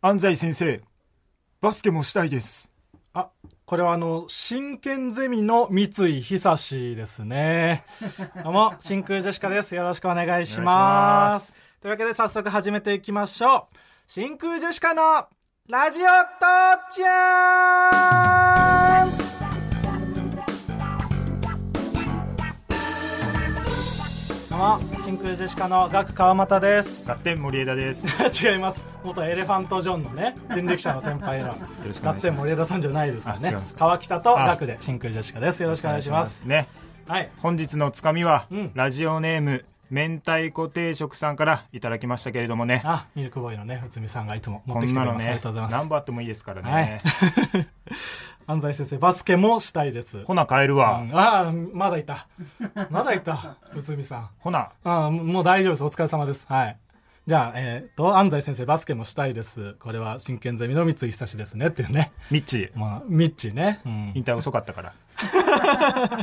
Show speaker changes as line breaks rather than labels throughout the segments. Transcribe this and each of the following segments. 安西先生バスケもしたいです
あこれはあの真剣ゼミの三井久志です ねどうも真空ジェシカですよろしくお願いしますというわけで早速始めていきましょう真空ジェシカのラジオ父ちゃんどうも真空ジェシカのガク川又です
ガッテン森枝です
違います元エレファントジョンのね人力車の先輩の
ろしくお願
ガ
いします
ッテン森枝さんじゃないですから
あ違
ね
うんですか
川北とガクで真空ジェシカですよろしくお願いします
ね
はい
本日のつかみは、
うん
ラジオネーム明太子定食さんからいただきましたけれどもね
あミルクボーイのね内海さんがいつも持っ
こ
てき
ん
てく
な
れ
の
ます、あり
ね
がとうございます
何本あってもいいですからね、
はい、 安西先生バスケもしたいです、うん
ほな帰るわ、
ああまだいたまだいた内海さん
ほな
ああもうもう大丈夫ですお疲れ様ですはいじゃあ、えー、と安西先生バスケもしたいですこれは真剣ゼミの三井久志ですねっていうね
ミッチー
まあミッチーね、うん、
引退遅かったから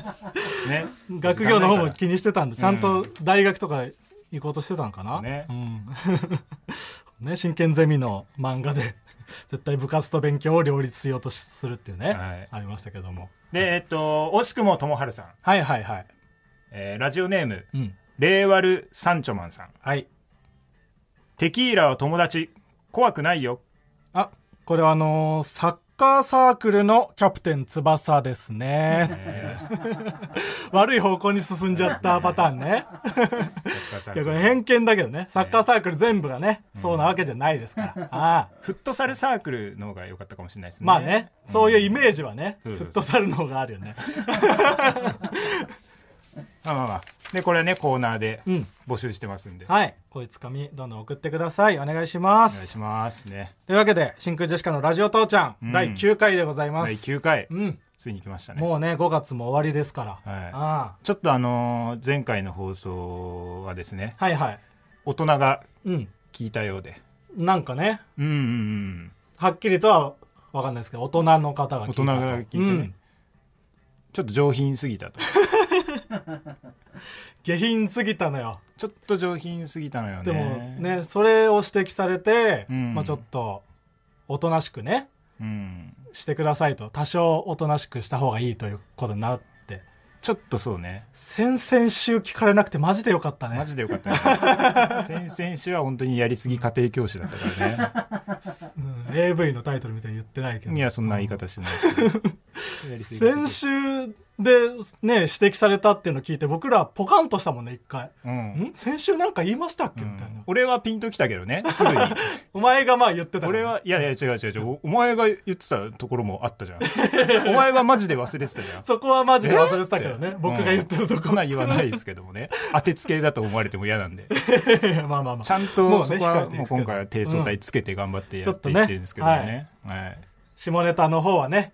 ね
学
時間
業の方
な
も
いか
気にしてたんでちゃんと大学とか行こうとしてたのかな、
ね
うん ね真剣ゼミの漫画で 絶対部活と勉強を両立しようとしするっていう
は
ね、
い
ありましたけども
らでえっと惜しくもともはるさん、
はいはいはい。
えーラジオネーム
うん。
令和ルサンチョマンさん
はい。
テキーラは友達怖くないよ
あ、これはあのーサッカーサークルのキャプテン翼で すね。悪い方向に進んじゃったパターンね。いやこれ偏見だけ どね。サッカーサークル全部がね、そうなわけじゃないですから。ああ。
フットサルサークルの方が良かったかもしれないですね
まあね、そういうイメージはね、
うん
フットサルの方があるよね。
まあまあまあでこれねコーナーで
うん
募集してますんで、お
はい。こういうつかみ、どんどん送ってください。お願いしま
願い
す。
しますね
というわけで、真空ジェシカのラジオ父ちゃん、
うん
第9回でございます。
第9回、
うん。
ついに来ましたね
もうね、5月も終わりですから。
はい
あ
ちょっとあのー前回の放送はですね
あ。はいはい。
大人が
うん。
聞いたようで
なんかね、
うんうんうん
はっきりとは分かんないですけど、大人の方
大
が聞いた
人
と。
が聞いてね、
うん
ちょっと上品すぎたと
下品すぎたのよ。
ちょっと上品すぎたのよね
でもね、それを指摘されて、
うん
まあちょっと、おとなしくね、
うん
してくださいと。多少おとなしくした方がいいということになって。
ちょっとそうね
先々週聞かれなくてマジでよかった
マ
ね。
ジでよかった ね先々週は本当にやりすぎ家庭教師だったから
うん AV のタイトルみたいに言ってないけど
ねい。やそんな言い方してないですけどやりすぎ家庭教
先
師
週でね、指摘されたっていうのを聞いて、僕らポカンとしたもんね、一回。
うん
ん先週なんか言いましたっけ
う
み
ん
たいな。
俺はピンときたけど ねすぐに
お前がまあ言ってたから
俺はいやいや違う違う違 うおお前が言ってたところもあったじゃ んお前はマジで忘れてたじゃん
そこはマジで忘れてたけどね。僕が言って
る
ると
こな言わないですけどもね 当てつけだと思われても嫌なんで
こ。 まあまあまあ。
ちゃん
もうね
とそこ
控え
は
ていくけど
もう今回は低相対つけて頑張ってやっていってるんですけどもね,、はい
下ネタの方はね、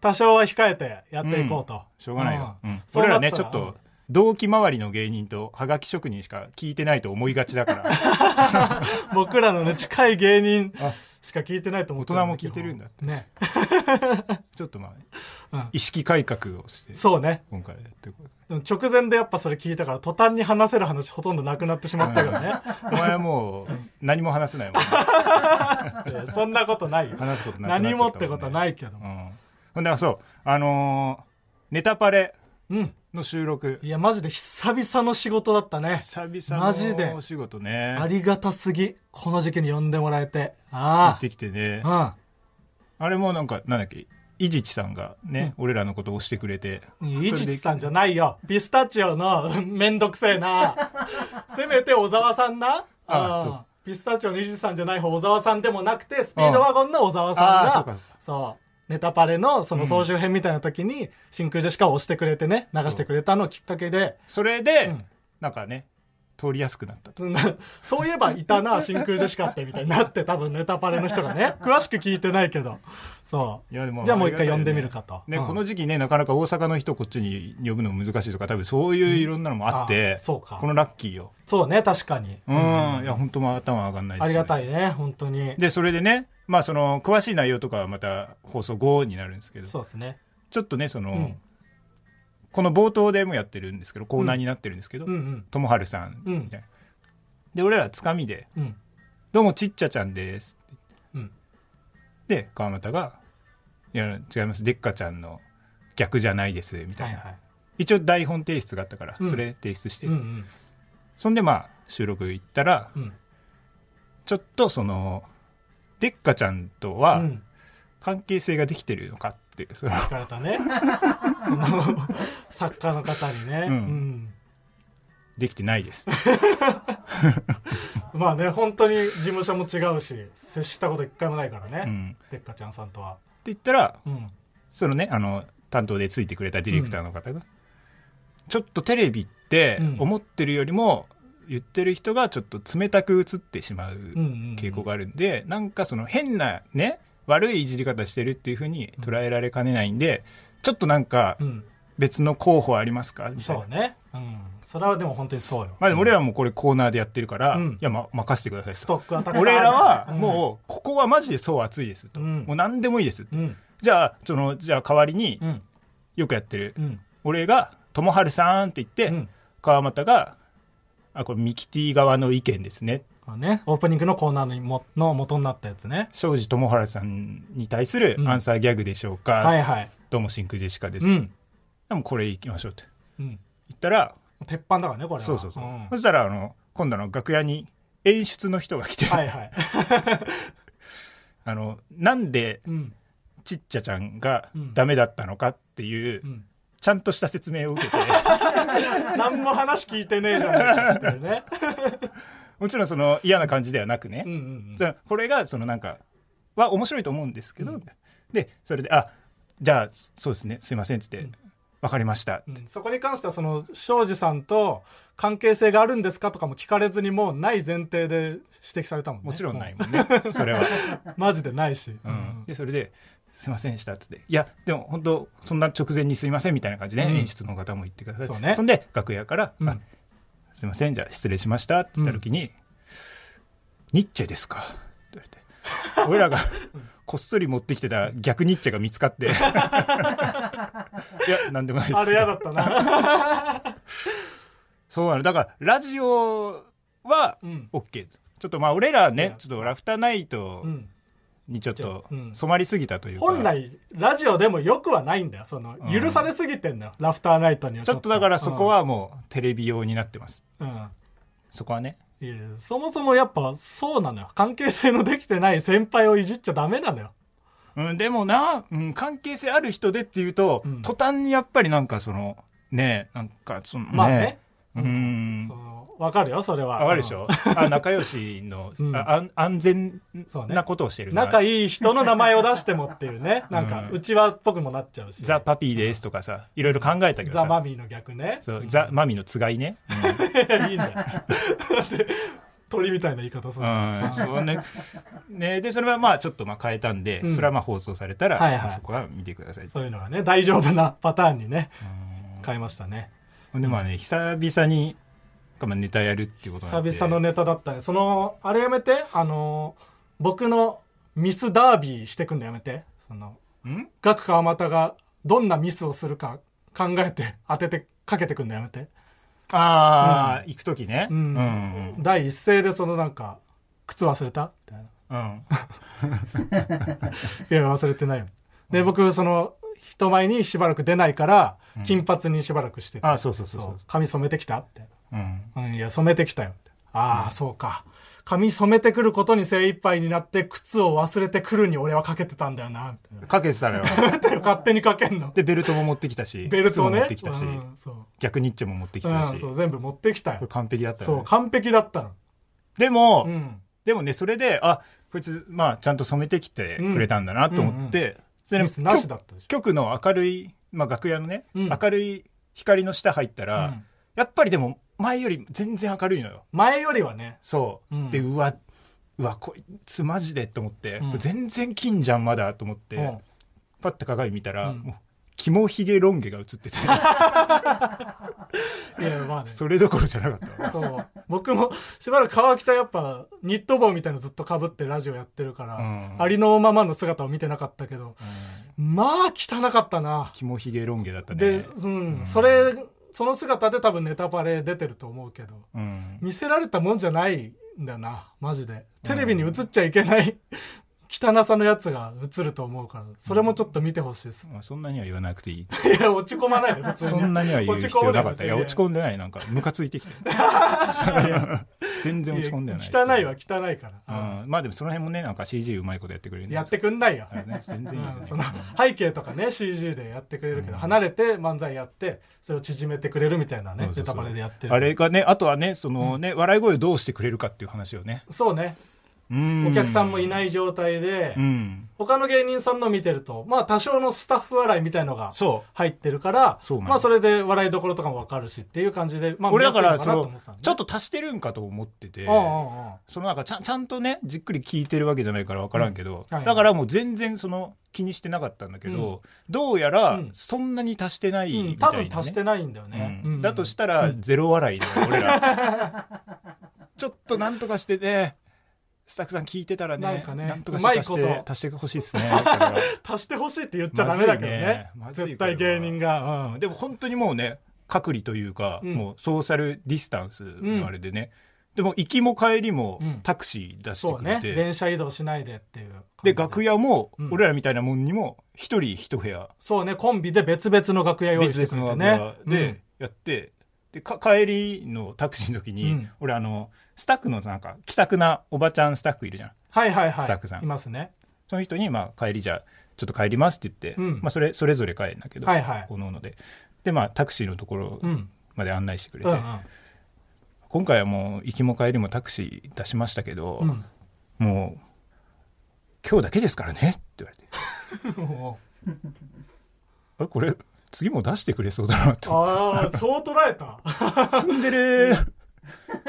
多少は控えてやっていこうと。
しょうがないよ、うん
そう
俺
な
ら
った
ねちょっと。同期周りの芸人とハガキ職人しか聞いてないと思いがちだから
僕らのね、近い芸人しか聞いてないと思って
大人も聞いてるんだって
ね。
ちょっとま
う
あ
ん
意識改革をして
そうね。
今回やっていこう
でも直前でやっぱそれ聞いたから、途端に話せる話ほとんどなくなってしまったけ どね。
お前はもう何も話せないもん、ね、
いやそんなことないよ。
話すことなくなっちゃったも
何
んね
もってことはないけど
う
も。
んほんであそうあのーネタパレ
うん。
の収録
いや、マジで久々の仕事だったね。
久
マジ
々
で
のお仕事ね
あ
行
りがたすぎ。この時期に呼んでもらえて。あ
ってきてね
あ。
あれもなんかなんだっけ伊地知さんがね、俺らのことを押してくれて
うん。いちちさんじ
ゃ
ゃないよ。ピスタチオの めんどくせえな。せめて小沢さんな。
あ
うんピスタチオのいちちさんじゃない方、小沢さんでもなくて、スピードワゴンの小沢さん
うんああそう
が
か、
そう、ネタパレのその総集編みたいな時に、真空ジェシカを押してくれてね、流してくれたのをきっかけで、
それで、
うん
なんかね通りやすくなったと
そんな そういえばいたな、真空ジェシカってみたいになって、多分ネタパレの人がね、詳しく聞いてないけど、そう。
いやでも
じゃあもう
り
一
がた
回
いよ
呼
ね
んでみるかと。
ね、
うん
この時期ねなかなか大阪の人こっちに呼ぶのも難しいとか多分そういういろんなのもあって、
あそうか
このラッキーよ
そうね、確かに。
うん、いや本当も頭上がんないです、ね、
ありがた
い
いね、本当に。
でそれでねまあその詳しい内容とかはまた放送後になるんですけど
そうですね。
ちょっとねその、
うん
この冒頭でもやってるんですけどコーナーになってるんですけど
うんうん。
ともはるさん
うん
みたいなで俺らつかみで
うん。
「どうもちっちゃちゃんです
うん。」
で川又が「いや違いますでっかちゃんの逆じゃないです」みた
はいい
な、
はい
一応台本提出があったから、
うん
それ提出して、
うんうん
そんでまあ収録行ったら、
うん
ちょっとそのでっかちゃんと
う
は
ん
関係性ができてるのかっていう、その
聞かれ たねその作家の方にね、
う
うん
できてない です
まあね本当に事務所も違うし接したこと一回もないからね、
うん
でっかちゃんさんとは、
って言ったら
うん、
そのねあの担当でついてくれたディレクターの方が、ちょっとテレビって
うん
思ってるよりも言ってる人がちょっと冷たく映ってしまう
うんうんうん
傾向があるんで、なんかその変なね悪いいじり方してるっていう風に捉えられかねないんで、ちょっとなんか
うん
別の候補ありますかみたいな
そうねうんそれはでも本当にそうよ、
まあでも俺らもこれコーナーでやってるから、
うん
いや、ま、任せてくださいと
ストックはたくさんある
俺らはもうここはマジでそう熱いですと、
うん
もう何でもいいです、
うんうん
じゃあそのじゃあ代わりに
うん
よくやってる、
うん
俺が「ともはるさん」って言って、
うん
川又が「あこれミキティ側の意見ですね
まあね、オープニングのコーナーにもの元になったやつね
庄司智春さんに対する
うん
アンサーギャグでしょうか、
はいはい
どうも真空ジェシカです、
うん、
でもこれいきましょうと
うん、
言ったら
鉄板だからねこれは
そうそうそう、
ん
そしたらあの今度の楽屋に演出の人が来 て、
はいはい、
あのなんで
うん
ちっちゃちゃんが
うん
ダメだったのかっていう、
うん、
ちゃんとした説明を受けて
何も話聞いてねえじゃねえかっていうね
もちろんその嫌な感じではなくね、
うんうん
じゃあこれがそのなんかは面白いと思うんですけど、でそれで「あじゃあそうですねすいません」っつって「わ、かりました」
うん、うんそこに関してはその庄司さんと関係性があるんですかとかも聞かれずにもうない前提で指摘されたもんね
もちろんない
も
もんね、そ れは、
うマジでないし、
うんでそれで「すいませんでした」っつって「いやでも本当そんな直前にすいません」みたいな感じで、
うん
演出の方も言ってください
そうね
んで楽屋から「
うん
あすいませんじゃあ失礼しました」って言った時に「ニッチェですか」って言われて俺らがこっそり持ってきてた逆ニッチェが見つかっていやなんでもないです
あれ嫌だったな、
そうなのだからラジオは
うん、
OK ちょっとまあ俺ら
い
ね
や
ちょっとラフターナイト
うん
にちょっと
うん
染まりすぎたというか、
本来ラジオでもよくはないんだよその
うん
許されすぎてんだよ、ラフターナイトには
ちょっとだからそこ、はもうテレビ用になってます
うんうん
そこはね
いやそもそもやっぱそうなのよ関係性のできてない先輩をいじっちゃダメなのよ
うん、でもな、うん、関係性ある人でっていうと、
うん
途端にやっぱりなんかそのねなんかその
まあね
う
そ
ん
のわかるよそれは
あわかるでしょ、あ仲良しの、
うん
あ安安全
そうね
なことをしてるな
仲いい人の名前を出してもっていうねなん
う
か
ん
うちわっぽくもなっちゃうし
ザ・パピーですとかさいろいろ考えたけどさ
ザマミーの逆ね
そう、
ん
ザ・マミのつがいね、うん
いいんだよ だって鳥みたいな言い方する
うん、そうねねでそれはまあちょっとまあ変えたんで、
うん
それはまあ放送されたら、
はいはい
そこは見てください
そういうのがね大丈夫なパターンにね
うん
変えましたね
ほんでまあね久々にまあネタやるっていうことなんで
久々のネタだったねそのあれやめてあの僕のミスダービーしてくんのやめてその
ん
ガクかアマタがどんなミスをするか考えて当ててかけてくんのやめて
ああ、行く時ね
う
うん
ん、第一声でそのなんか靴忘れたみたいな
うん
いや忘れてないよで僕その人前にしばらく出ないから
うん
金髪にしばらくしてて、
あそうそうそう
そ
そうう
髪染めてきたって、
うん
うん、いや染めてきたよってああ、そうか髪染めてくることに精一杯になって靴を忘れてくるに俺はかけてたんだよなみ
かけて たのよ
たいな勝手にか けんの
でベルトも持ってきたし
ベルトを
靴も
ね
持ってきたし、
うんそう
逆ニッチェも持ってきてたし、
うん、そう
こ
全部持ってきたよ、
れ完璧だったよ
そ
ね
う完璧だったの
でも、
うん
でもねそれであこいつまあちゃんと染めてきてくれたんだなと思って、それで
ミスなしだったでしょ
局の明るい、まあ、楽屋のね、
うん
明るい光の下入ったら、
うん
やっぱりでも前より全然明るいのよ
前よりはね
そう、
うん
でうわうわこいつマジでと思って、
うん
全然金じゃんまだと思って、
うん
パッて鏡見たら、
うん
もう肝ひげロン毛が映 ってて
いやまあね
それどころじゃなかったわ
そう僕もしばらく川北やっぱニット帽みたいなのずっとかぶってラジオやってるから、
うん
ありのままの姿を見てなかったけどまあ汚かったな、
肝ひげロン毛だったね
で、うん
うん
それその姿で多分ネタバレ出てると思うけど
うん、
見せられたもんじゃないんだなマジでテレビに映っちゃいけない、汚さのやつが映ると思うからそれもちょっと見てほしいです、
まあ、そんなには言わなくていい
いや落ち込 まないで普通
そ
に
んなには言う必要なかった。いや、落ち
ん
込んでない。なんか、ムカついてきて。全然落ち込んではない。
汚いは汚いから、
うん。まあでもその辺もね、なんか CG うまいことやってくれるんで
やってくんないよ、
あれね全然いいよ
う
ね
んその背景とかね CG でやってくれるけ
う
ど、
ん
離れて漫才やってそれを縮めてくれるみたいなね
そうそ
ネ
うそ
タ
う
バレでやってる
あれがね、あとはね、そのね、笑い声をどうしてくれるかっていう話をね。
そうね
お
お客さんもい
い。
ない状態で、
うん。
他の芸人さんの見てるとまあ多少のスタッフ笑いみたいのが
そ
入ってるから
そうなんです
まあそれで笑いどころとかも分かるしっていう感じで、ま
う。
あ、
俺だから、
見やす
そ
いの
の
なと思、
ちょっ
と
と足してるんかと思ってて
う。んうんうん
そのなんかちゃんちゃんとねじっくり聞いてるわけじゃないから分からんけど、
うんはい
だからもう全然その気にしてなかったんだけど、どうやら
うん
そんなに足してない
うん
み
多
たい
分
な、ね
足してないんだよね、
うん
うん
だとしたらゼロ笑いだよ、俺ら ちょっとなんとかしてねスタッフさん聞いてたらね
なんかね
とかして足し
うまい
て
こと
足してほしいですねだから
足してほしいって言っちゃダメだけどね,、
まずいね
絶対芸人が、
でも本当にもうね隔離というか、
うん
もうソーシャルディスタンスのあれでね、でも行きも帰りも
うん
タクシー出して
そう
くれ
ね
て、
電車移動しないでっていう感
で
じ
楽屋も
うん
俺らみたいなもんにも一人一部屋
そうねコンビで別々の楽屋用意して
別
くれ
々
て
の
ね
楽屋でやってでか帰りのタクシーの時
う
に
ん
俺あのスタッフのなんか気さくなおばちゃんスタッフいるじゃん
はいはいはい
スタッフさん
いますね
その人にまあ帰りじゃちょっと帰りますって言って
うん
まあそれそれぞれ帰るんだけど
はいはい
おのおのででまあタクシーのところ
うん
まで案内してくれ
う
て
んうん
今回はもう行きも帰りもタクシー出しましたけど
うん
もう今日だけですからねって言われて
も
あれこれ次も出してくれそうだなって
うああそう捉えた
ツンデ レ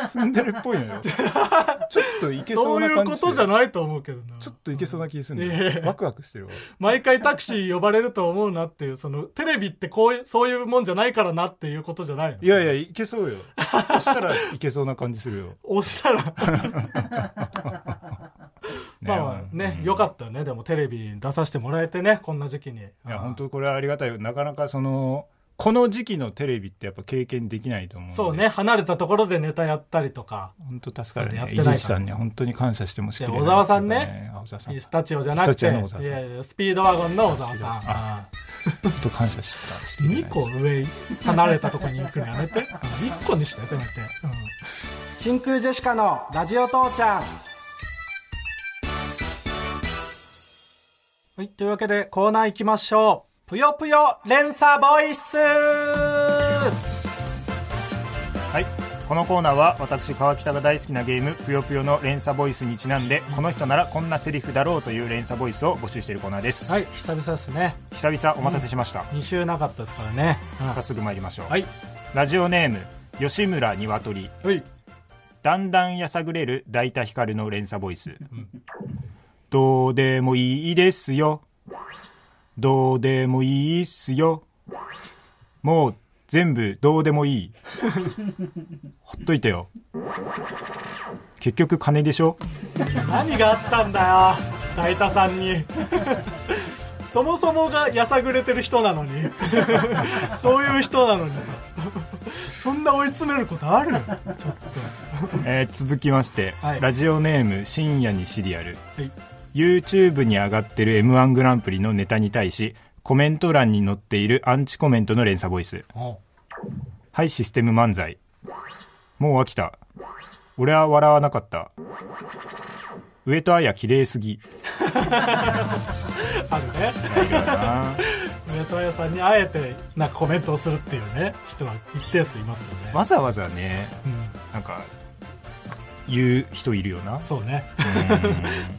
ツンデレっぽいのよちょっといけそ
そうう
な
いう
感じ
こ
す
と
る
じゃないと思うけどな
ちょっといけそうな気するん
うんいやい
だ
や
よワクワクしてるわ
毎回タクシー呼ばれると思うなっていうそのテレビってこういうそういうもんじゃないからなっていうことじゃないの
いやいやいけそうよそしたらいけそうな感じするよ、 ね
押したら まあまあね、よか
っ
ったよねでもテレビに出させてもらえてねこんな時期にい
いや本当これはありがたいよなかなかそのこの時期のテレビってやっぱ経験できないと思うんで
そうね離れたところでネタやったりとか
本当助かる
そうやっ
ね
て
伊
ないから
地知さんには本当に感謝してもしきれない
いや小沢さんね
あ小沢さん
ピ
本
スタチオじゃなく
ピス
て
タチオの小沢
い
さん
やいやスピードワゴンの小沢
スピードワゴン
さん
当感謝してたしきれないです
2個上離れたとこに行くのやめて1個にしてせめて、うん、真空ジェシカのラジオ父ちゃんはいというわけでコーナー行きましょうぷよぷよ連鎖ボイス
はい、このコーナーは私川北が大好きなゲーム「ぷよぷよ」の連鎖ボイスにちなんでこの人ならこんなセリフだろうという連鎖ボイスを募集しているコーナーです、
はい久々ですね
久々お待たせしました、
2週なかったですからね、うん
早速参りましょう、
はい
ラジオネーム吉村にわとり
はい
だんだんやさぐれる大田光の連鎖ボイス、どうでもいいですよどうでもいいっすよもう全部どうでもいいほっといてよ結局金でしょ
何があったんだよ大田さんに そもそもがやさぐれてる人なのに そういう人なのにさそんな追い詰めることあるちょっ
えー続きまして、
はい
ラジオネーム深夜にシリアル
とはい
YouTube に上がってる m 1グランプリのネタに対しコメント欄に載っているアンチコメントの連鎖ボイスはいシステム漫才もう飽きた俺は笑わなかった上戸彩綺麗すぎ
あるね
あー
上戸彩さんにあえてなんかコメントをするっていうね人は一定数いますよね、
わざわざね
うん、
なんか言う人いるよな う
そうね
ん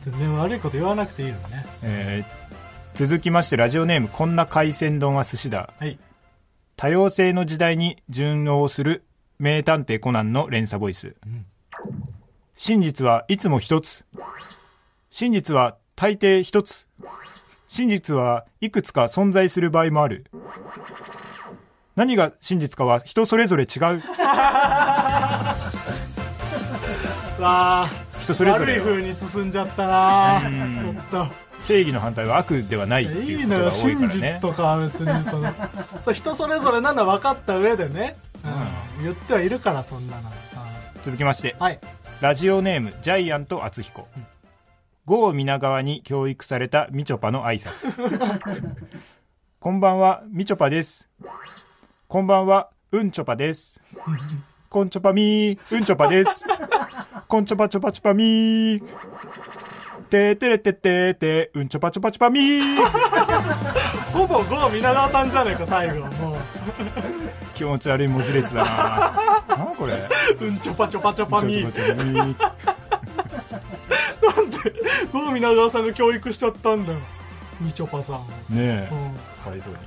全然悪いこと言わなくていいのにね
えー続きましてラジオネームこんな海鮮丼は寿司だ
はい
多様性の時代に順応する名探偵コナンの連鎖ボイス、真実はいつも一つ真実は大抵一つ真実はいくつか存在する場合もある何が真実かは人それぞれ違う
わあ
人それぞ
悪い
れよ
風に進んじゃったなちょっと
正義の反対は悪ではないって
い
い
いう
ことが
のよ
多いか
真
ら
実
ね
とかは別に そのそう人それぞれなのは分かった上でね、うん言ってはいるからそんなの、うん
続きまして
はい
ラジオネームジャイアント厚彦、郷皆川に教育されたみちょぱの挨拶 こんばんはみちょぱですこんばんはうんちょぱですこんちょぱみーうんちょぱですこんちょぱちょぱちょぱみーてーてれてってーてうんちょぱちょぱちょぱみー
ほぼ郷皆川さんじゃねえか最後も
気持ち悪い文字列だななんこれ
ううんちょぱちょぱちょぱみ
ちょぱちょぱみー
郷皆川さんが教育しちゃったんだよみちょぱさんを
ねえ、
うん
かわいそうに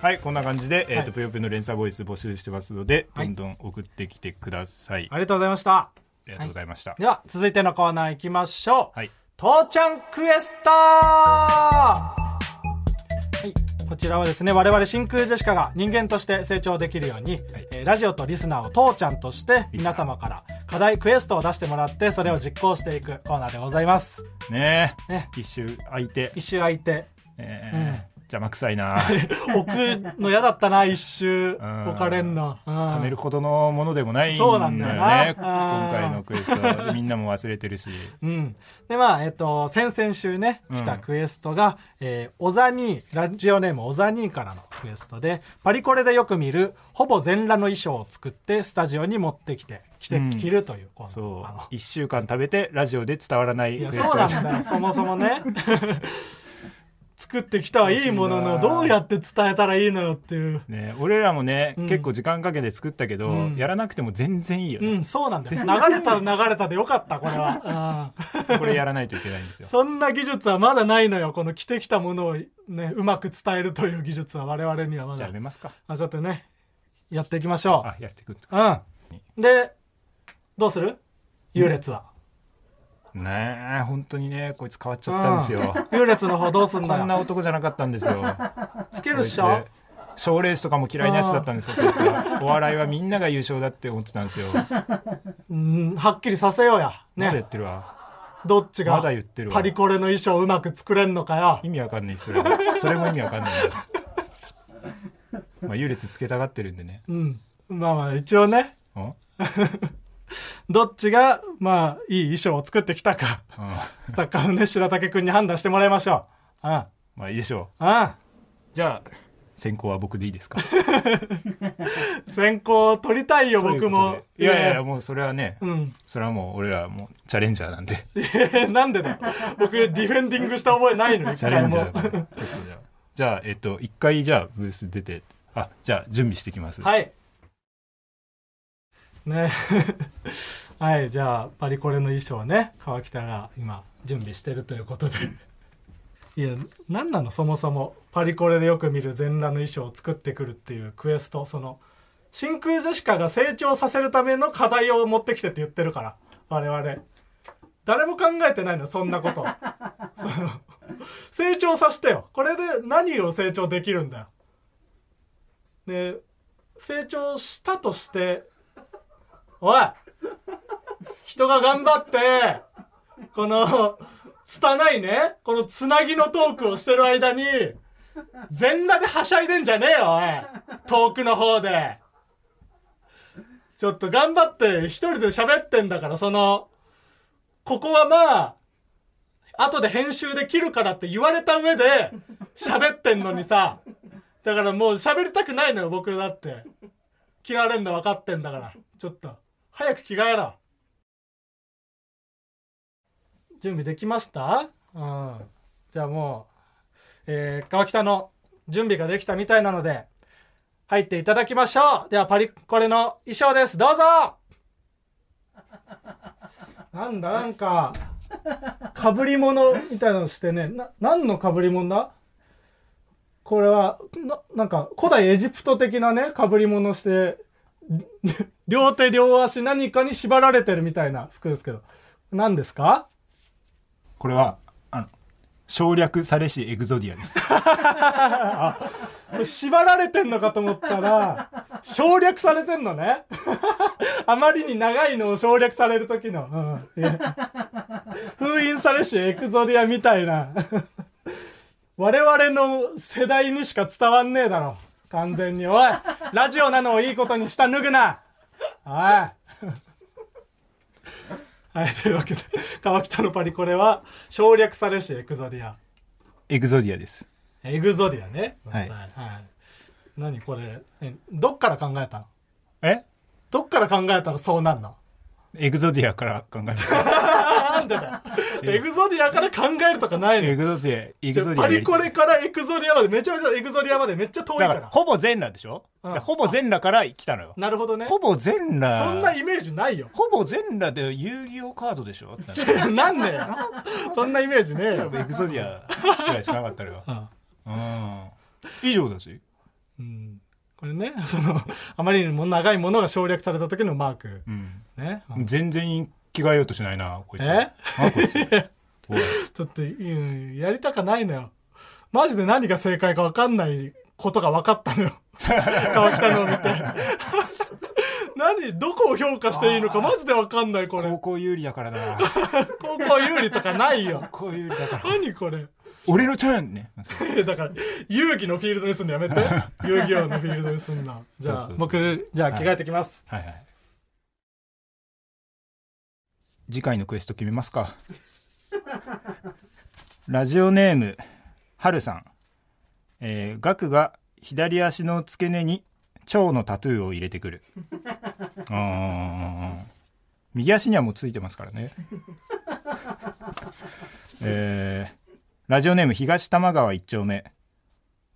はいこんな感じで、えーとぷよぷよの連鎖ボイス募集してますので、
はい
どんどん送ってきてください、
ありがとうございました
ありがとうございましたはい、
では続いてのコーナー行きましょう、
はい
父ちゃんクエストはいこちらはですね我々真空ジェシカが人間として成長できるように、
はい
えーラジオとリスナーを父ちゃんとして
リスナ
皆
ー
様から課題クエストを出してもらってそれを実行していくコーナーでございます
ねえ
ね
一周空いて、
一周空い て
え
うん
ー邪魔くさい な
置くの嫌だったな一周
ん
置かれんの
貯
貯
めるほどのものでもないんだ
そ
よ
うなんだよな
ね今回のクエストみんなも忘れてるし
うん、でまあえっと先々週ね来たクエストが、えーオザニーラジオネームオザニーからのクエストでパリコレでよく見るほぼ全裸の衣装を作ってスタジオに持ってきて着て、
うん
着るというこの
そ
あの
う一週間食べてラジオで伝わらない
い
クエ
や
スト
そうなん だよそもそもね作ってきたはいいものの
楽しいな
どうやって伝えたらいいのよっていう
ね、俺らもね、
うん
結構時間かけて作ったけど、
うん
やらなくても全然いいよ
う
ね、
んそうなんだよ流れたら流れたでよかったこれ は、うん
これやらないといけないんですよ
そんな技術はまだないのよ。この着てきたものをね、うまく伝えるという技術は我々にはま
じゃあや。
だ
めますか
あ、ちょっとね、やっていきましょ
あやっていくんだ
う。うん。で、どうする優劣は。
ねえ本当にねこいつ変わっちゃったんですよ、
優劣の方どうすん
こ
だ
んな
よ。
男じゃなかったんです よ
つける
こ
っ
い
し
つ
ょ
賞レースとかも嫌いなやつだったんですよこいつはお笑いはみんなが優勝だって思ってたんですよ、
うん、はっきりさせようや。
まだ言
ね
っ。てるわ
どっちが、
まだ言ってるわ
パリコレの衣装をうまく作れんのかよ。
意味わかんないそれそれも意味わかんないまあ優劣つけたがってるんでね
うん。まあまあ、一応ね、
うんうん
どっちが、まあ、いい衣装を作ってきたか、 作家のね、白竹くんに判断してもらいましょう。うん。
まあいいでしょ
うん。
うじゃあ先行は僕でいいですか
先行取りたいよ、僕も。
ということでいやいやいやもうそれはね、
うん。
それはもう俺らもうチャレンジャーなんで
えなんでだよ僕、ディフェンディングした覚えないの、一
チャレ
回
ンジ
も
ャー。だからちょっとじゃあじゃあえっと一回じゃあブース出てあじゃあ準備してきます、
はい。ね はい、じゃあ、パリコレの衣装をね、川北が今、準備してるということで。 いや、なんなの、そもそも。パリコレでよく見る全裸の衣装を作ってくるっていうクエスト、その、真空ジェシカが成長させるための課題を持ってきてって言ってるから、我々。誰も考えてないの、そん なこと。その成長させてよ。これで何を成長できるんだよ。で成長したとしておい人が頑張ってこの拙いねこのつなぎのトークをしてる間に全裸ではしゃいでんじゃねえよおい遠くの方でちょっと頑張って一人で喋ってんだからそのここはまあ後で編集で切るからって言われた上で喋ってんのにさだからもう喋りたくないのよ、僕だって。着られんの分かってんだから。ちょっと、早く着替えろ。準備できましたうん。じゃあもう、えー、川北の準備ができたみたいなので、入っていただきましょう。では、パリコレの衣装です。どうぞ なんだ、なんか、被り物みたいなのしてね、な、何の被り物だこれはななんか古代エジプト的なねかぶり物して両手両足何かに縛られてるみたいな服ですけど何ですか
これはあの省略されしエグゾディアです
これ縛られてんのかと思ったら省略されてんのね あまりに長いのを省略される時の、うん いや封印されしエクゾディアみたいな 我々の世代にしか伝わんねえだろ完全においラジオなのをいいことにした脱ぐなおいははい、というわけで、川北のパリコレは、省略されしエクゾディア。
エグゾディアです。
エグゾディアね。
はい
はい。何これ、えどっから考えたの
え
どっから考えたらそうなんの
エグゾディアから考えて
なん でだよエグゾディアから考えるとかないの
エ
よ
グゾディア、エグゾディア
パ
やりたい。
リコレからエクゾディアまでめちゃめちゃエグゾディアまでめっちゃ遠いか
だ
ら
から、ほぼ全裸でしょ、
う
だ
ん
からほぼ全裸から来たのよ。
なるほどね
ほぼ全裸。
そんなイメージないよ
ほぼ全裸で遊戯王カードでしょだか
なんねよそんなイメージねえよ
らエグゾディアぐらいしかなかったのよ。うん。以上だし。
うんこれねそのあまりにも長いものが省略された時のマーク
うん。
ね
全然着替えようとしないな、こいつ。
え
あ、こい つ。おい
ちょっと、うん、やりたかないのよ。マジで何が正解か分かんないことが分かっ たのよ。川北のを見て。何どこを評価していいのかマジで分かんないこれ
高。校有利だから な。
高校有利とかないよ。
高校有利だから。
何これ。
俺のチャンね。
だから、遊戯のフィールドにすんのやめ て。遊戯王のフィールドにすんな。じゃ
そう
あ
そう、そう
僕、じゃあ着替えてきます。
はいはい。次回のクエスト決めますか。ラジオネーム、はるさん。えー、ガクが左足の付け根に蝶のタトゥーを入れてくる。あー右足にはもうついてますからね。えー、ラジオネーム東玉川一丁目。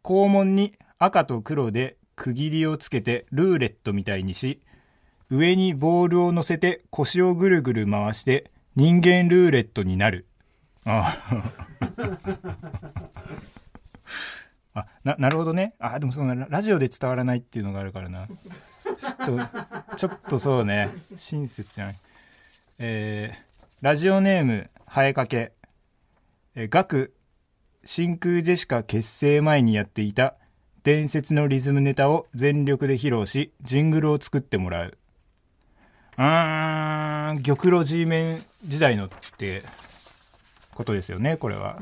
肛門に赤と黒で区切りをつけてルーレットみたいにし上にボールを乗せて腰をぐるぐる回して人間ルーレットになるあああななるほどねあでもそのララジオで伝わらないっていうのがあるからなちょっとちょっとそうね親切じゃないえーラジオネーム生えかけえーガク真空ジェシカ結成前にやっていた伝説のリズムネタを全力で披露しジングルを作ってもらううーん玉露 G メン時代のってことですよねこれは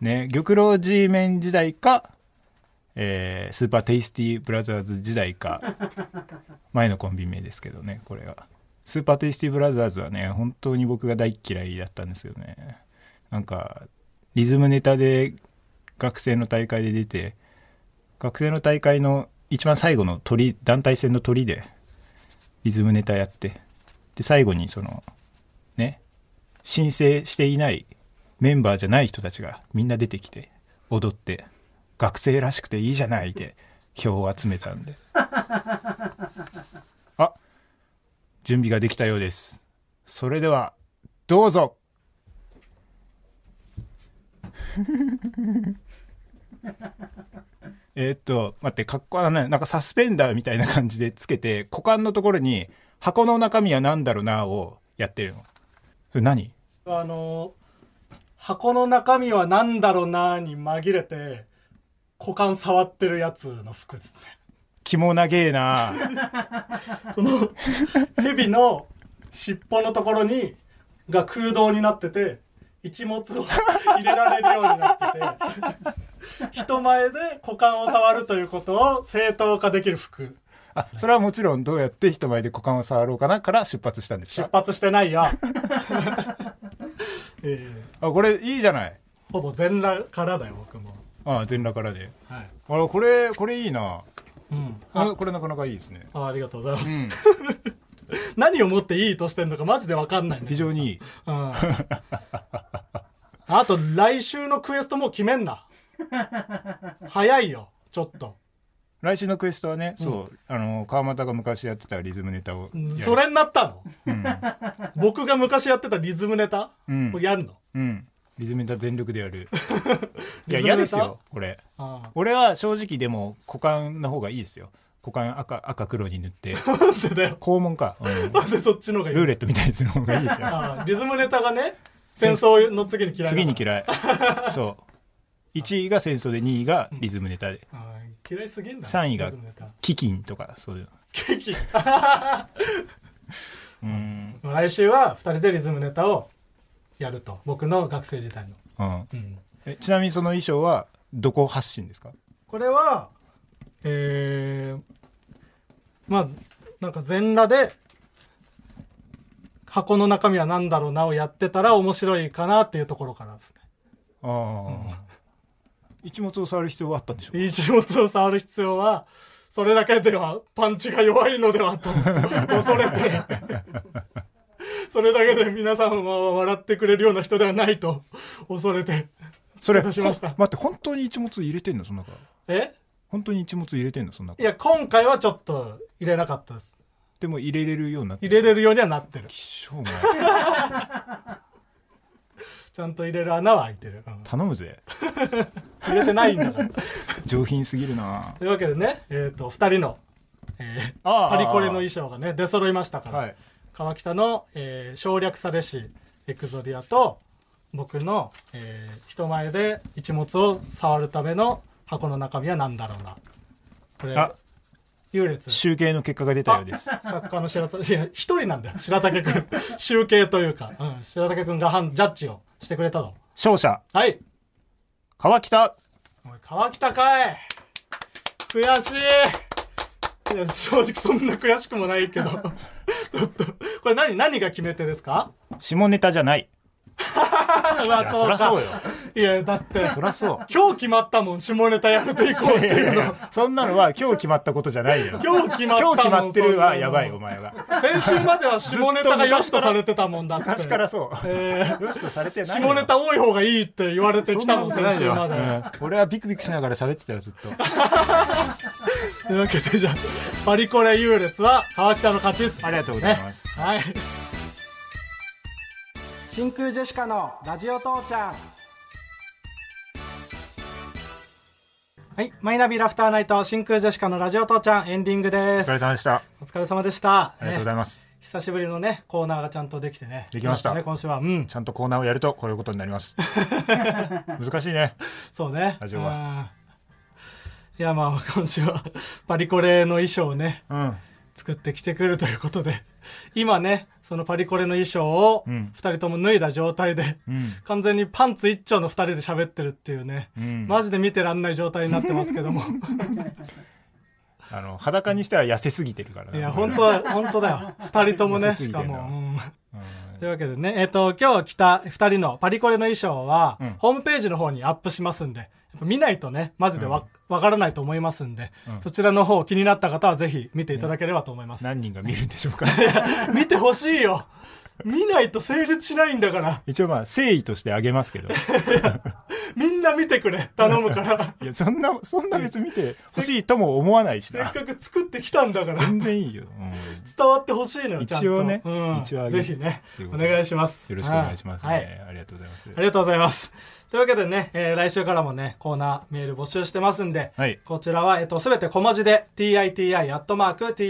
ね玉露 G メン時代かえースーパーテイスティーブラザーズ時代か前のコンビ名ですけどねこれはスーパーテイスティーブラザーズはね本当に僕が大っ嫌いだったんですよねなんかリズムネタで学生の大会で出て学生の大会の一番最後の鳥団体戦の鳥でリズムネタやってで最後にそのね申請していないメンバーじゃない人たちがみんな出てきて踊って学生らしくていいじゃないで票を集めたんであ準備ができたようですそれではどうぞえーっと、待って、かっこあのね、なんかサスペンダーみたいな感じでつけて、股間のところに、箱の中身は何だろうなをやってるの。それ何
あのー箱の中身は何だろうなーに紛れて、股間触ってるやつの服ですね。
肝長えな
この蛇の尻尾のところにが空洞になってて一物を入れられるようにな ってて人前で股間を触るということを正当化できる服
あ、それはもちろんどうやって人前で股間を触ろうかなから出発したんです
出
か
発してな いや、ええ
あ、これいいじゃない。
ほぼ全裸からだよ僕も
あ、全裸からで。
はい、
あら、これ、これいいな
うん、あ
あこれなかなかいいですね。
あありがとうございま
う
す、
ん。
何をもっていいとしてんのかマジで分かんないね
非常にいい。
うんあと来週のクエストもう決めんな早いよちょっと
来週のクエストはね、そう、あの、川又が昔やってたリズムネタをやる。
それになったの、僕が昔やってたリズムネタ、
ん
これやるの
うん。リズムネタ全力でや る。いや、
リズムネタ
嫌ですよ、これ。
ああ
俺は正直でも股間の方がいいですよ股間赤赤黒に塗って
なんでだよ
肛門か、うん
なんでそっちの方がいい
ルーレットみたいにする方がいいですよ
ああリズムネタがね戦争の次に嫌いだから
次に嫌いそう1位が戦争で2位がリズムネタで
ああ嫌いすぎんだ
3位が
リズムネタ
飢饉とかそういうの
ケーキ
うん
来週は2人でリズムネタをやると僕の学生時代の、
うん
うん、
えちなみにその衣装はどこ発信ですか
これはえー、まあなんか全裸で箱の中身は何だろうなをやってたら面白いかなっていうところからです
ああ、一物を触る必要はあったんでしょう
ね。一物を触る必要は、それだけではパンチが弱いのではと恐れて、それだけで皆さんは笑ってくれるような人ではないと恐れて、
それ
失礼いたしました
ほん待って本当に一物入れてんのその中
え
本当に一物入れてんのその
い
中
や、今回はちょっと入れなかったです。
でも入れれるようになって
入れれるようにはなってる。
きっしょお前
ちゃんと入れる穴は開いてる。うん
頼むぜ
入れてないん だから。
上品すぎるな
というわけでね、えっ、と、二人の、えー
あー
パリコレの衣装がね、出揃いましたから。
はい
川北の、えー省略されしエクゾリアと僕の、えー人前で一物を触るための箱の中身は何だろうなこれ
あ
優劣
集計の結果が出たようです
あ作家の白竹いや一人なんだよ白竹君集計というか、うん、白竹君が判ジャッジをしてくれたの
勝者
はい
川北
おい川北かい悔しいいや正直そんな悔しくもないけど ちょっとこれ何何が決め手ですか
下ネタじゃない
あまあそうか
そらそうよ
いやだって
そらそう
今日決まったもん下ネタやめていこうっていうの
そんなのは今日決まったことじゃないよ
今日決まったも
今
ん
日決まってる
そ
は
んなの
やばいお前は
先週までは下ネタが良しとされてたもんだって
昔からそう、
えー
よしとされてないよ
下ネタ多い方がいいって言われてきたもん
そなこ
先
と
週
な
ま
い
で
ようん俺はビクビクしながら喋ってたよず っと
というわけでじゃあパリコレ優劣は川北の勝ち
ありがとうございます、
はい真空ジェシカのラジオ父ちゃんはいマイナビラフターナイト真空ジェシカのラジオ父ちゃんエンディングで
お
す
疲れ様でしたあ
お疲れ様でした
りがとうござい
ね
ます、
久しぶりのねコーナーがちゃんとできてね
できました
ね今週はうん
ちゃんとコーナーをやるとこういうことになります 難しいね
そうね
ラジオは
うんいやまあ今週はパリコレの衣装をね
うん
作ってきてくるということで今ねそのパリコレの衣装を
うん
2人とも脱いだ状態で、
うん
完全にパンツ一丁の2人で喋ってるっていうね、
うん
マジで見てらんない状態になってますけ ども
あの裸にしては痩せすぎてるから
い
ね
や本当は本当だよ2人ともね
痩せす
し
ぎ
か
てんな
も、うん
うん
というわけでね、えっ、と、今日来た2人のパリコレの衣装は、
うん
ホームページの方にアップしますんで、やっぱ見ないとね、マジでわ、わからないと思いますんで、そちらの方気になった方はぜひ見ていただければと思います。
何人が見るんでしょうか
見てほしいよ見ないと成立しないんだから、
一応まあ誠意としてあげますけど
みんな見てくれ頼 むから。
いやそんなそんな別に見てほしいとも思わないし
せっ
な
かく作ってきたんだから、
全然いいよ、うん
伝わってほしいのよ、ちゃんと。
一応ね
うん、
一応あげ
ぜ
る
ひね
という、
お
ことで
願いします。
よろしくお願いします、ね
はい
ありがとうございます
ありがとうございます。というわけでね、えー来週からもね、コーナー、メール募集してますんで、
はい
こちらは、えっ、と、すべて小文字で、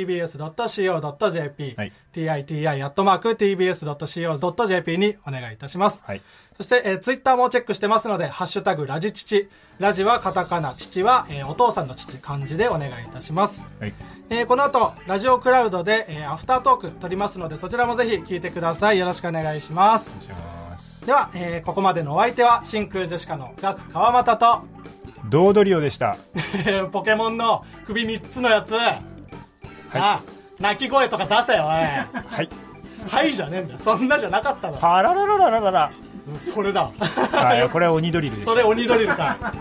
titi.tbs.co.jp、
はい
titi.tbs.co.jp にお願いいたします。
はい
そして、えー、ツイッターもチェックしてますので、ハッシュタグ、ラジ父。ラジはカタカナ、父は、えーお父さんの父、漢字でお願いいたします。
はい
えーこの後、ラジオクラウドで、えーアフタートーク撮りますので、そちらもぜひ聞いてください。よろしくお願いします。
します
では、えーここまでのお相手は真空ジェシカのガク川又と、
ドードリオでした
えーポケモンの首3つのやつ、なあ鳴き声とか出せよお
はい
い はいじゃねえんだよそんなじゃなかったの
パラララララララ
それだ
あいやこれは鬼ドリルでした
それ鬼ドリルか